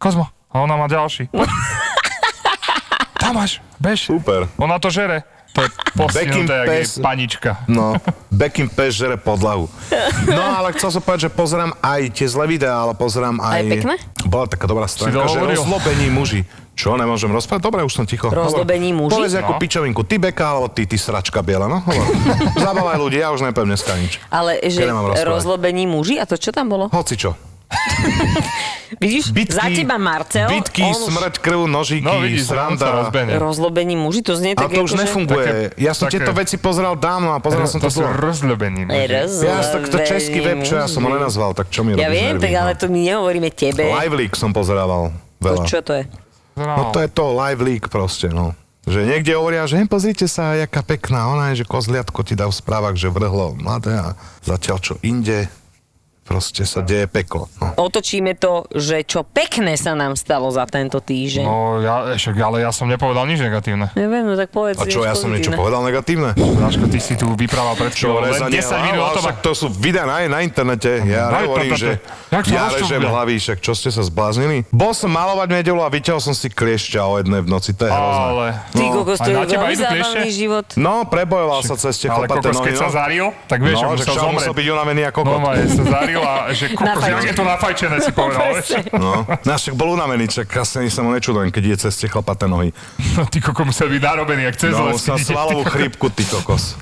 Speaker 2: Kozmo, a ona má ďalší.
Speaker 3: No.
Speaker 2: Tam máš, bež.
Speaker 1: Super.
Speaker 2: Ona to žere. To je postihnuté, jak jej
Speaker 1: pes.
Speaker 2: panička.
Speaker 1: No, Bekim pes žere podlahu. No, ale chcel som povedať, že pozerám aj tie zlé videá, ale pozerám aj...
Speaker 3: je pekné?
Speaker 1: Bola taká dobrá stránka, že
Speaker 2: dohovoril?
Speaker 1: rozlobení muži. Čo, nemôžem rozprávať? Dobre, už som ticho. Hovor.
Speaker 3: Rozlobení muži?
Speaker 1: Povedz ako
Speaker 2: No.
Speaker 1: pičovinku, ty beka, alebo ty, ty sračka biela, no? Hovor. Zabávaj ľudí, ja už nepoviem dneska nič.
Speaker 3: Ale že
Speaker 1: Keď nemám rozprávať?
Speaker 3: rozlobení muži, a to čo tam bolo?
Speaker 1: Hoci čo.
Speaker 3: Vidíš,
Speaker 1: Bitky,
Speaker 3: za teba Marcel,
Speaker 1: bitky,
Speaker 3: on už
Speaker 1: smrť, krv, nožiky,
Speaker 2: No vidíš, on sa
Speaker 1: sranda.
Speaker 2: rozbenie.
Speaker 3: rozlobení muži, to znie
Speaker 1: Ale
Speaker 3: tak
Speaker 1: to už nefunguje.
Speaker 2: Také-
Speaker 1: ja som
Speaker 2: také-
Speaker 1: tieto veci pozrel dávno a pozeral som
Speaker 2: to no.
Speaker 1: to
Speaker 2: sú
Speaker 1: dlho.
Speaker 2: rozľubení.
Speaker 1: Ja tak to český web, čo ja som ho nenazval, tak čo mi robíš
Speaker 3: Ja viem,
Speaker 1: nervy, no?
Speaker 3: tak ale to my nehovoríme tebe.
Speaker 1: Live League som pozerával
Speaker 3: To,
Speaker 1: veľa.
Speaker 3: čo to je?
Speaker 1: No to je to, Live League proste, no. Že niekde hovoria, že "Hen, pozrite sa, jaká pekná ona je, že kozliatko ti dá v správach, že vrhlo mladé a zatiaľ čo inde, proste sa deje peklo. No.
Speaker 3: Otočíme to, že čo pekné sa nám stalo za tento týždeň.
Speaker 2: No, ja, však, ale ja som nepovedal nič negatívne.
Speaker 3: Neviem, no tak povedz.
Speaker 1: A čo, ja som niečo povedal negatívne?
Speaker 2: Znáško, ty si tu vyprával pred
Speaker 1: Čo,
Speaker 2: chvíľou len 10 minút o tom,
Speaker 1: však to sú videa na, na internete. Ja
Speaker 2: Daj,
Speaker 1: hovorím,
Speaker 2: to, to,
Speaker 1: že
Speaker 2: to. Jak sa
Speaker 1: ja
Speaker 2: vás to
Speaker 1: režem
Speaker 2: bude?
Speaker 1: hlavy, však čo ste sa zbláznili? Bol som malovať v nedelu a vyťahol som si kliešťa o jednej v noci, to je hrozné.
Speaker 2: ale...
Speaker 3: Ty, kokos,
Speaker 2: A
Speaker 3: to je
Speaker 2: na teba
Speaker 3: veľmi
Speaker 2: idú kliešte?
Speaker 3: zábavný život.
Speaker 1: No, prebojoval sa cez tie
Speaker 2: Ale
Speaker 1: chlpaté
Speaker 2: kokos,
Speaker 1: nohy.
Speaker 2: keď sa
Speaker 1: no.
Speaker 2: zaril, tak vieš, že
Speaker 1: no,
Speaker 2: musel
Speaker 1: však čo, musel
Speaker 2: zomrieť.
Speaker 1: byť unavený ako kot.
Speaker 2: No, sa zaril a že kokos,
Speaker 3: Nafajčený.
Speaker 2: jak je to nafajčené, si povedal. vieš?
Speaker 1: No, no však bol unavený, čak asi sa mu nečudujem, keď je cez tie chlpaté nohy.
Speaker 2: No, ty kokos musel byť narobený, jak cez
Speaker 1: No,
Speaker 2: les.
Speaker 1: sa svalovú chrípku, ty kokos.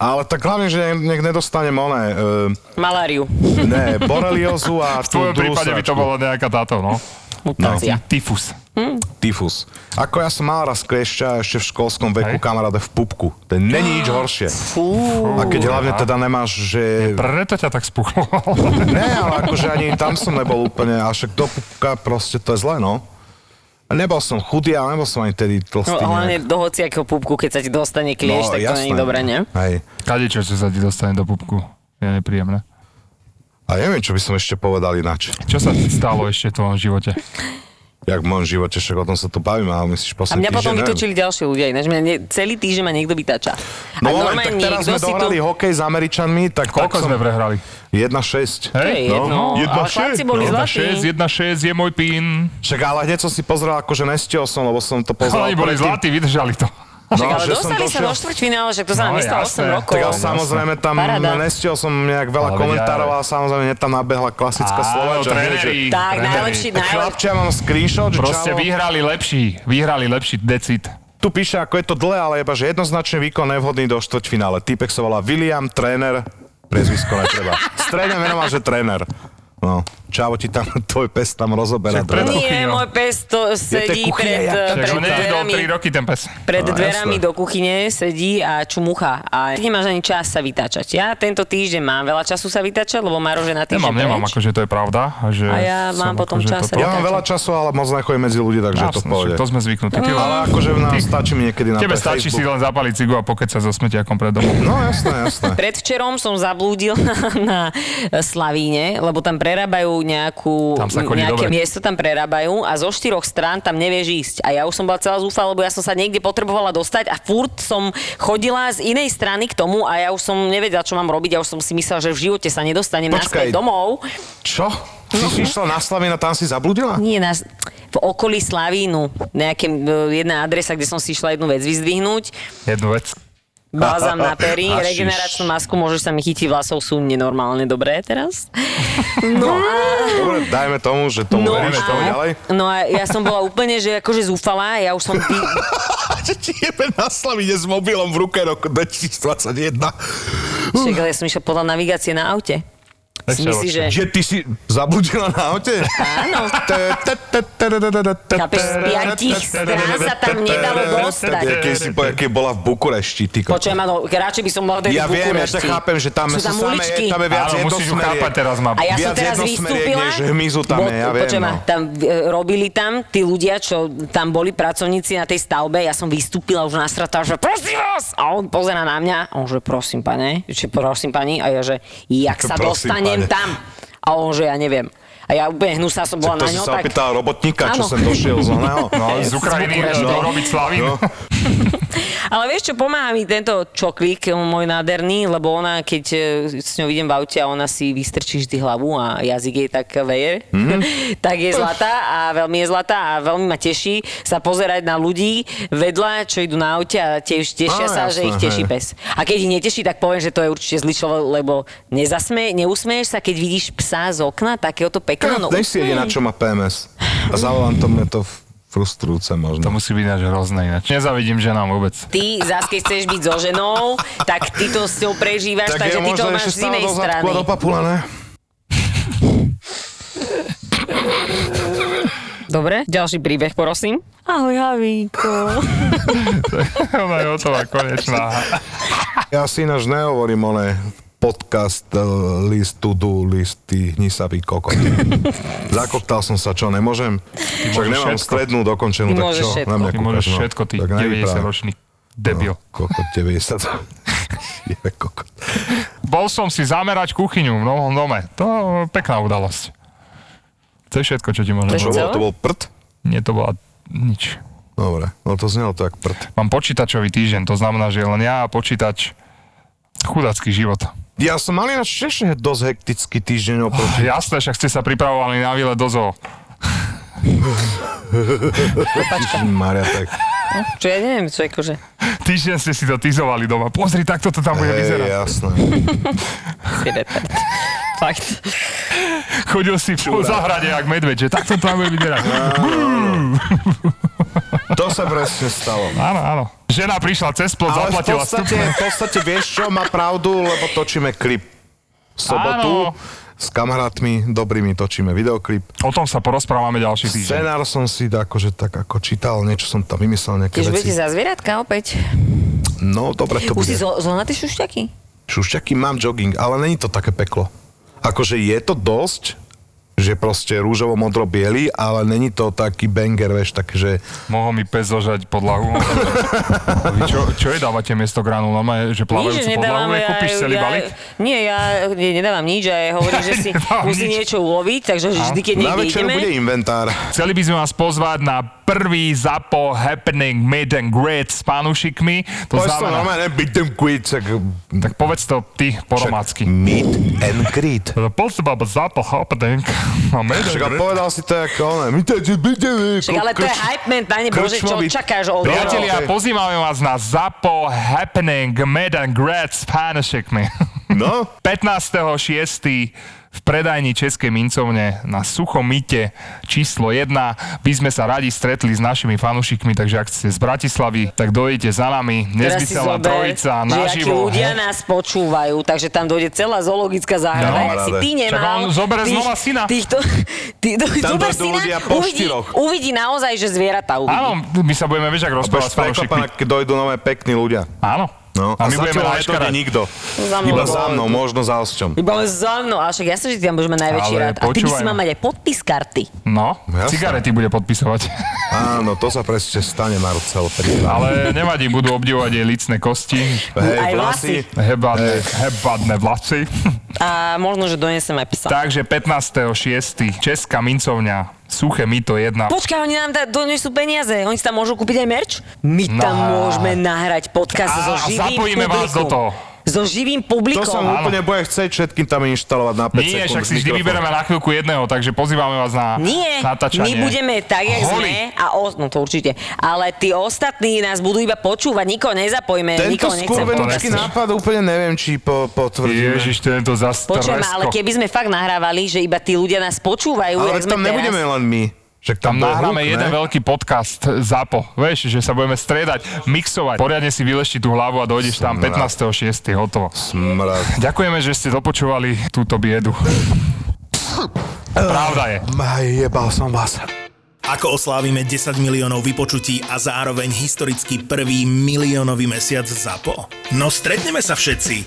Speaker 1: Ale tak hlavne, že nech nedostanem oné,
Speaker 3: Maláriu.
Speaker 1: e, ne, boreliozu a
Speaker 2: V
Speaker 1: tú
Speaker 2: tvojom
Speaker 1: druhú
Speaker 2: prípade by to
Speaker 1: sračku.
Speaker 2: bolo nejaká táto, no.
Speaker 3: Mutácia.
Speaker 2: Tyfus.
Speaker 1: Tyfus. Ako ja som mal raz kliešťa ešte v školskom veku
Speaker 2: Hej.
Speaker 1: kamaráde v pupku. To není nič horšie.
Speaker 3: Fú.
Speaker 1: A keď hlavne teda nemáš, že...
Speaker 2: Preto ťa tak spuchlo.
Speaker 1: Ne, ale akože ani tam som nebol úplne, a však do pupka proste to je zle, no. A nebol som chudý, ale nebol som ani tedy
Speaker 3: No,
Speaker 1: tlstý. nejak.
Speaker 3: hlavne do hociakého púbku, keď sa ti dostane klieš, tak to
Speaker 1: No, jasné.
Speaker 3: nie je dobré, ne?
Speaker 1: Hej.
Speaker 2: Kadečo, čo sa ti dostane do pupku. Je nepríjemné.
Speaker 1: A ja neviem, čo by som ešte povedal ináč.
Speaker 2: Čo sa ti stalo ešte v tvojom živote?
Speaker 1: Jak v mojom živote, však o tom sa tu bavím, ale myslíš
Speaker 3: A
Speaker 1: posledný
Speaker 3: mňa potom
Speaker 1: týždeň, neviem.
Speaker 3: vytočili ďalší ľudia, ináč mňa ne, celý týždeň ma niekto vytáča. A
Speaker 1: No ale tak
Speaker 3: normálne
Speaker 1: teraz
Speaker 3: niekto
Speaker 1: sme
Speaker 3: si tu...
Speaker 1: dohrali hokej s Američanmi, tak
Speaker 2: Koľko
Speaker 1: tak
Speaker 2: sme prehrali?
Speaker 1: 1-6.
Speaker 3: To je
Speaker 2: Hej, No,
Speaker 3: jedno, ale chlapci boli
Speaker 1: no.
Speaker 3: zlatí.
Speaker 2: 1-6, 1-6 je môj pín.
Speaker 1: Však ale hneď som si pozrel, akože nestihol som, lebo som to pozeral.
Speaker 2: Oni boli
Speaker 1: predtým.
Speaker 2: zlatí, vydržali to.
Speaker 1: No,
Speaker 3: Však, ale
Speaker 1: že som
Speaker 3: dostali sa do
Speaker 1: došiel-
Speaker 3: štvrťfinále, však to sa nám
Speaker 2: No,
Speaker 3: nestalo
Speaker 2: jasné.
Speaker 3: 8 rokov.
Speaker 1: Tak ale
Speaker 2: Jasné.
Speaker 1: samozrejme tam
Speaker 3: Paráda.
Speaker 1: nestiel som nejak veľa
Speaker 2: Ale veď
Speaker 1: komentárov,
Speaker 2: aj-
Speaker 1: ale samozrejme hneď tam nabehla klasická slovača.
Speaker 2: tréneri.
Speaker 3: Tak,
Speaker 2: tréneri.
Speaker 3: najlepší, najlepší.
Speaker 1: Chlapče, ja mám screenshot, že
Speaker 2: Proste
Speaker 1: čavo,
Speaker 2: vyhrali lepší, vyhrali lepší decit.
Speaker 1: tu píše, ako je to dlhé, ale iba, že jednoznačný výkon nevhodný do štvrťfinále. Týpek sa volá William, tréner, prezvisko netreba. Stredne meno má, že tréner. No, čavo ti tam, tvoj pes tam rozoberá.
Speaker 2: Však
Speaker 1: dres.
Speaker 2: preto-
Speaker 3: Nie,
Speaker 2: kuchyňou.
Speaker 3: môj pes to sedí
Speaker 1: kuchyne,
Speaker 3: pred,
Speaker 1: jak to
Speaker 3: pred
Speaker 2: Takže on nejedol
Speaker 3: dverami.
Speaker 2: 3 roky ten pes.
Speaker 3: Pred
Speaker 1: No,
Speaker 3: dverami
Speaker 1: jasné.
Speaker 3: do kuchyne sedí a čumucha a nemáš ani čas sa vytáčať. Ja tento týždeň mám veľa času sa vytáčať, lebo Maroš je na týždeň
Speaker 2: Nemám, nemám,
Speaker 3: preč.
Speaker 2: akože to je pravda. Že
Speaker 3: A ja
Speaker 2: som
Speaker 3: mám potom
Speaker 2: akože
Speaker 3: čas
Speaker 2: toto-
Speaker 3: aj
Speaker 1: Ja mám veľa času, ale moc nechodím medzi ľudí, takže to v
Speaker 2: Jasné,
Speaker 1: pohode.
Speaker 2: však to sme zvyknutí. Ty,
Speaker 1: Ale akože nám stačí mi niekedy na
Speaker 2: tebe
Speaker 1: ten
Speaker 2: stačí si
Speaker 1: Facebook.
Speaker 2: len zapaliť cigu a pokecať sa so smetiakom pred domom.
Speaker 1: No jasné, jasné.
Speaker 3: Predvčerom som zablúdil na e, Slavíne, lebo tam prerábajú nejakú,
Speaker 2: Tam sa koní
Speaker 3: nejaké
Speaker 2: dobre.
Speaker 3: miesto tam prerábajú a zo štyroch strán tam nevieš ísť. A ja už som bola celá zúfala, lebo ja som sa niekde potrebovala dostať a furt som chodila z inej strany k tomu a ja už som nevedela, čo mám robiť. Ja už som si myslela, že v živote sa nedostanem naspäť
Speaker 1: Počkaj.
Speaker 3: domov.
Speaker 1: Čo? Ty si išla na Slavina, tam si zabludila?
Speaker 3: Nie, na, v okolí Slavínu. Nejaké, e, jedna adresa, kde som si išla jednu vec vyzdvihnúť.
Speaker 2: Jednu vec.
Speaker 3: Balzam na pery,
Speaker 1: Hašiš.
Speaker 3: regeneračnú masku, môžeš sa mi chytiť vlasov, sú nenormálne dobré teraz. No a...
Speaker 1: Dobre, dajme tomu, že tomu
Speaker 3: No
Speaker 1: veríš, tomu
Speaker 3: a,
Speaker 1: ďalej.
Speaker 3: no a ja som bola úplne, že akože zúfala, ja už som... Tý...
Speaker 1: Že ti jebe na Slavine s mobilom v ruke roku 2021.
Speaker 3: Však, ale ja som išla podľa navigácie na aute. Si
Speaker 2: Ešte
Speaker 3: myslíš, že...
Speaker 1: Že ty si zabludila na aute?
Speaker 3: Áno. Chápeš, z piatich strán sa tam nedalo dostať.
Speaker 1: Keď si po, keď bola v Bukurešti, ty kokos.
Speaker 3: Počujem, áno, radšej by som bola vtedy
Speaker 1: Ja
Speaker 3: v
Speaker 1: viem, ja
Speaker 3: Bukurešti.
Speaker 1: ťa chápem, že tam
Speaker 3: Sú
Speaker 1: sú
Speaker 3: tam
Speaker 1: samé,
Speaker 3: uličky.
Speaker 1: tam je viac
Speaker 2: Áno, musíš ju chápať
Speaker 1: jednosmeriek.
Speaker 2: teraz mám.
Speaker 3: A ja som
Speaker 1: Viac
Speaker 3: teraz
Speaker 1: jednosmeriek,
Speaker 3: vystúpila.
Speaker 1: než hmizu tam je, ja viem,
Speaker 3: počujem,
Speaker 1: no.
Speaker 3: tam e, robili tam tí ľudia, čo tam boli pracovníci na tej stavbe, ja som vystúpila už nasratá, že prosím vás! A on pozera na mňa, a on že prosím pane, že prosím pani, a ja že jak sa
Speaker 1: Prosím,
Speaker 3: dostanem
Speaker 1: pane.
Speaker 3: tam? A on že ja neviem. A ja úplne hnusná som bola
Speaker 1: To
Speaker 3: na
Speaker 1: si
Speaker 3: ňo, tak...
Speaker 1: sa opýtal robotníka,
Speaker 3: Áno.
Speaker 1: čo sem došiel z oného. No,
Speaker 2: Ale z Ukrajiny
Speaker 3: Bukurešti.
Speaker 2: no, robiť Slavín.
Speaker 1: no.
Speaker 3: Ale vieš čo, pomáha mi tento čoklík, môj nádherný, lebo ona, keď e, s ňou idem v aute a ona si vystrčí vždy hlavu a jazyk jej tak veje,
Speaker 1: Mhm.
Speaker 3: tak je zlatá a veľmi je zlatá a veľmi ma teší sa pozerať na ľudí vedľa, čo idú na aute a tiež tešia
Speaker 1: Á,
Speaker 3: sa, že
Speaker 1: jasné,
Speaker 3: ich teší
Speaker 1: hej.
Speaker 3: pes. A keď ich neteší, tak poviem, že to je určite zlý človek, lebo nezasme, neusmeješ sa, keď vidíš psa z okna, takéhoto pekného, no
Speaker 1: Dej si jediná, čo má PMS. A zavolám to, mne to frustrujúce
Speaker 2: To
Speaker 1: možno.
Speaker 2: musí byť až hrozné ináč. Nezavidím ženám vôbec.
Speaker 3: ty zás, keď chceš byť so ženou, tak ty to s ňou prežívaš, takže
Speaker 1: je
Speaker 3: ty to
Speaker 1: možno
Speaker 3: máš
Speaker 1: ešte
Speaker 3: z
Speaker 1: stále
Speaker 3: inej
Speaker 1: do zadku a
Speaker 3: strany.
Speaker 1: do papule, ne?
Speaker 3: Dobre, ďalší príbeh prosím. Ahoj, Havíko.
Speaker 2: Ona je hotová, konečná.
Speaker 1: Ja si ináč nehovorím one podcast, eh, list, to do, list, ty hnisavý kokot. Zakoptal som sa, čo nemôžem? Však
Speaker 2: môžeš
Speaker 1: nemám
Speaker 2: všetko.
Speaker 1: strednú
Speaker 3: Ty
Speaker 1: dokončenú, tak
Speaker 3: môžeš
Speaker 1: čo?
Speaker 3: všetko.
Speaker 1: Na mňa
Speaker 2: Ty
Speaker 1: kúkaš,
Speaker 2: môžeš
Speaker 1: no.
Speaker 2: všetko, ty
Speaker 1: Tak nevyprávaj.
Speaker 2: 90-ročný debil.
Speaker 1: No, Kokot 90. Je kokot.
Speaker 2: Bol som si zamerať kuchyňu v novom dome. To je pekná udalosť. To je všetko, čo ti
Speaker 3: To
Speaker 2: môžem
Speaker 3: je
Speaker 1: Čo
Speaker 2: povedať.
Speaker 1: bolo?
Speaker 3: Celé?
Speaker 1: To bol prd?
Speaker 2: Nie to bola nič.
Speaker 1: Dobre, no to znelo to jak prd.
Speaker 2: Mám počítačový týždeň, to znamená, že len ja a počítač chudacký život.
Speaker 1: Ja som mal ináč tiež dosť hektický týždeň oproti.
Speaker 2: Jasné, však ste sa pripravovali na výlet do zoo.
Speaker 1: Maria, tak.
Speaker 3: Čo ja neviem, čo akože.
Speaker 2: Týždeň ste si to tizovali doma. Pozri, takto to tam bude
Speaker 1: Hej,
Speaker 2: vyzerať.
Speaker 1: jasné.
Speaker 3: Si retard. Fakt.
Speaker 2: Chodil si po zahrade jak medveď, že takto to tam bude vyzerať.
Speaker 1: To sa presne stalo.
Speaker 2: Áno, áno. Žena prišla cez plot,
Speaker 1: Ale v
Speaker 2: zaplatila
Speaker 1: podstate,
Speaker 2: vstupné.
Speaker 1: v podstate vieš čo, má pravdu, lebo točíme klip. V sobotu
Speaker 2: Áno.
Speaker 1: s kamarátmi dobrými točíme videoklip.
Speaker 2: O tom sa porozprávame ďalší týždeň.
Speaker 1: Scenár som si akože tak ako čítal, niečo som tam vymyslel, nejaké
Speaker 3: Tiež budete
Speaker 1: veci.
Speaker 3: za zvieratka opäť.
Speaker 1: No, dobre to
Speaker 3: Už si
Speaker 1: bude.
Speaker 3: zo- zohnal tie šušťaky?
Speaker 1: Šušťaky mám jogging, ale není to také peklo. Akože je to dosť, že proste rúžovo modro biely, ale není to taký banger, vieš, tak, že
Speaker 2: Mohol mi pes zožať podlahu. A Vy čo, čo je dávate miesto granul? Normálne, že
Speaker 3: Nič
Speaker 2: plavajúcu podlahu je,
Speaker 3: ja-
Speaker 2: kúpiš celý
Speaker 3: ja,
Speaker 2: balík?
Speaker 3: Nie, ja nie, nedávam nič a ja hovorím, že si
Speaker 2: Nedávam
Speaker 3: musí
Speaker 2: nič.
Speaker 3: niečo uloviť, takže vždy, keď
Speaker 1: na
Speaker 3: niekde
Speaker 1: večer
Speaker 3: ideme,
Speaker 1: bude inventár.
Speaker 2: Chceli by sme vás pozvať na prvý ZAPO Happening Made and Great s pánušikmi. To
Speaker 1: To sa
Speaker 2: znamená,
Speaker 1: normálne beat them quit, tak...
Speaker 2: tak povedz to ty po romácky.
Speaker 1: Meet and greet.
Speaker 2: Pozva ZAPO Happening a Made and
Speaker 1: Však a
Speaker 2: Great.
Speaker 1: povedal si to ako ono. My to ti byte,
Speaker 3: Však ale to je hype man, pane Bože, čo
Speaker 1: krčmový-
Speaker 3: čakáš od
Speaker 1: Dobre,
Speaker 2: Priatelia,
Speaker 1: okej.
Speaker 2: pozývame vás na ZAPO Happening Made and Great s pánušikmi.
Speaker 1: No,
Speaker 2: 15.6. v predajni Českej mincovne na Suchomite číslo 1 by sme sa radi stretli s našimi fanúšikmi, takže ak ste z Bratislavy, tak dojdete za nami.
Speaker 3: Teraz si
Speaker 2: Nezmyselná
Speaker 3: zober,
Speaker 2: trojica
Speaker 3: že akí
Speaker 2: naživo.
Speaker 3: ľudia nás počúvajú, takže tam dojde celá zoologická záhrada,
Speaker 1: No,
Speaker 3: jak si
Speaker 1: ale-
Speaker 3: ty nemal.
Speaker 2: Čak on zoberie
Speaker 3: tých-
Speaker 2: znova syna.
Speaker 3: Týchto, tý, do,
Speaker 1: Tam
Speaker 3: zober
Speaker 1: dojdú
Speaker 3: syna,
Speaker 1: ľudia po
Speaker 3: uvidí,
Speaker 1: štyroch.
Speaker 3: uvidí naozaj, že zvieratá uvidí.
Speaker 2: Áno, my sa budeme vieš, ak rozprávať
Speaker 1: budeš
Speaker 2: s fanúšikmi.
Speaker 1: prekvapená, keď dojdú nové pekní ľudia.
Speaker 2: Áno.
Speaker 1: No,
Speaker 2: a my budeme
Speaker 1: zatiaľ nedošli
Speaker 2: lajškarať.
Speaker 1: nikto.
Speaker 3: Za mnou
Speaker 1: Iba
Speaker 3: bol.
Speaker 1: za mnou, možno za osťom.
Speaker 3: Iba len za mnou, a však ja som, že ty tam budeš mať najväčší
Speaker 2: Ale
Speaker 3: rád. A ty by si
Speaker 2: počúvaj
Speaker 3: mal
Speaker 2: ma.
Speaker 3: mať aj podpis karty.
Speaker 2: No,
Speaker 1: Jasné.
Speaker 2: cigarety bude podpisovať.
Speaker 1: Áno, to sa presne stane, Marcel. pri-
Speaker 2: Ale nevadí, budú obdivovať jej lícne kosti.
Speaker 1: Hej,
Speaker 3: Aj vlasy.
Speaker 2: Hebadne, hebadne vlasy.
Speaker 3: A možno, že donesem aj psa.
Speaker 2: Takže 15.6. Česká mincovňa, suché mito 1.
Speaker 3: Počkaj, oni nám da, donesú peniaze, oni si tam môžu kúpiť aj merč? My
Speaker 2: No.
Speaker 3: tam môžeme nahrať podcast
Speaker 2: A
Speaker 3: so živým
Speaker 2: zapojíme
Speaker 3: publikom.
Speaker 2: vás do toho.
Speaker 3: So živým
Speaker 1: To
Speaker 3: publikom.
Speaker 1: sa mu úplne bude chcieť všetkým tam inštalovať na 5 sekúnd.
Speaker 2: Nie, však si vždy
Speaker 1: mikrofón.
Speaker 2: vybereme na chvíľku jedného, takže pozývame vás na
Speaker 3: Nie, my
Speaker 2: natáčanie.
Speaker 3: budeme tak, jak
Speaker 2: Holi.
Speaker 3: sme, a o, no to určite, ale tí ostatní nás budú iba počúvať, nikoho nezapojíme,
Speaker 1: Tento
Speaker 3: nikoho nechcem
Speaker 1: skurvenučký
Speaker 2: To nechceš.
Speaker 1: nápad úplne neviem, či po, potvrdíme.
Speaker 2: Ježiš, tento
Speaker 3: Počujem, ale
Speaker 2: zastresko.
Speaker 3: keby sme fakt nahrávali, že iba tí ľudia nás počúvajú,
Speaker 1: Ale
Speaker 3: jak sme
Speaker 1: tam nebudeme
Speaker 3: teraz,
Speaker 1: len my. Však
Speaker 2: Tam
Speaker 1: bude
Speaker 2: nahráme
Speaker 1: hluk,
Speaker 2: jeden
Speaker 1: ne?
Speaker 2: veľký podcast ZAPO, vieš, že sa budeme stredať, mixovať, poriadne si vylešti tú hlavu a dojdeš tam 15.6. hotovo.
Speaker 1: Smrad.
Speaker 2: Ďakujeme, že ste dopočúvali túto biedu. Pravda je.
Speaker 1: Maj, jebal som vás.
Speaker 5: Ako oslávime 10 miliónov vypočutí a zároveň historicky prvý miliónový mesiac ZAPO? No stretneme sa všetci!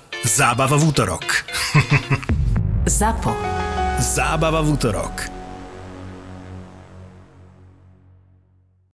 Speaker 5: Zábava v útorok.
Speaker 6: ZAPO.
Speaker 5: Zábava v útorok.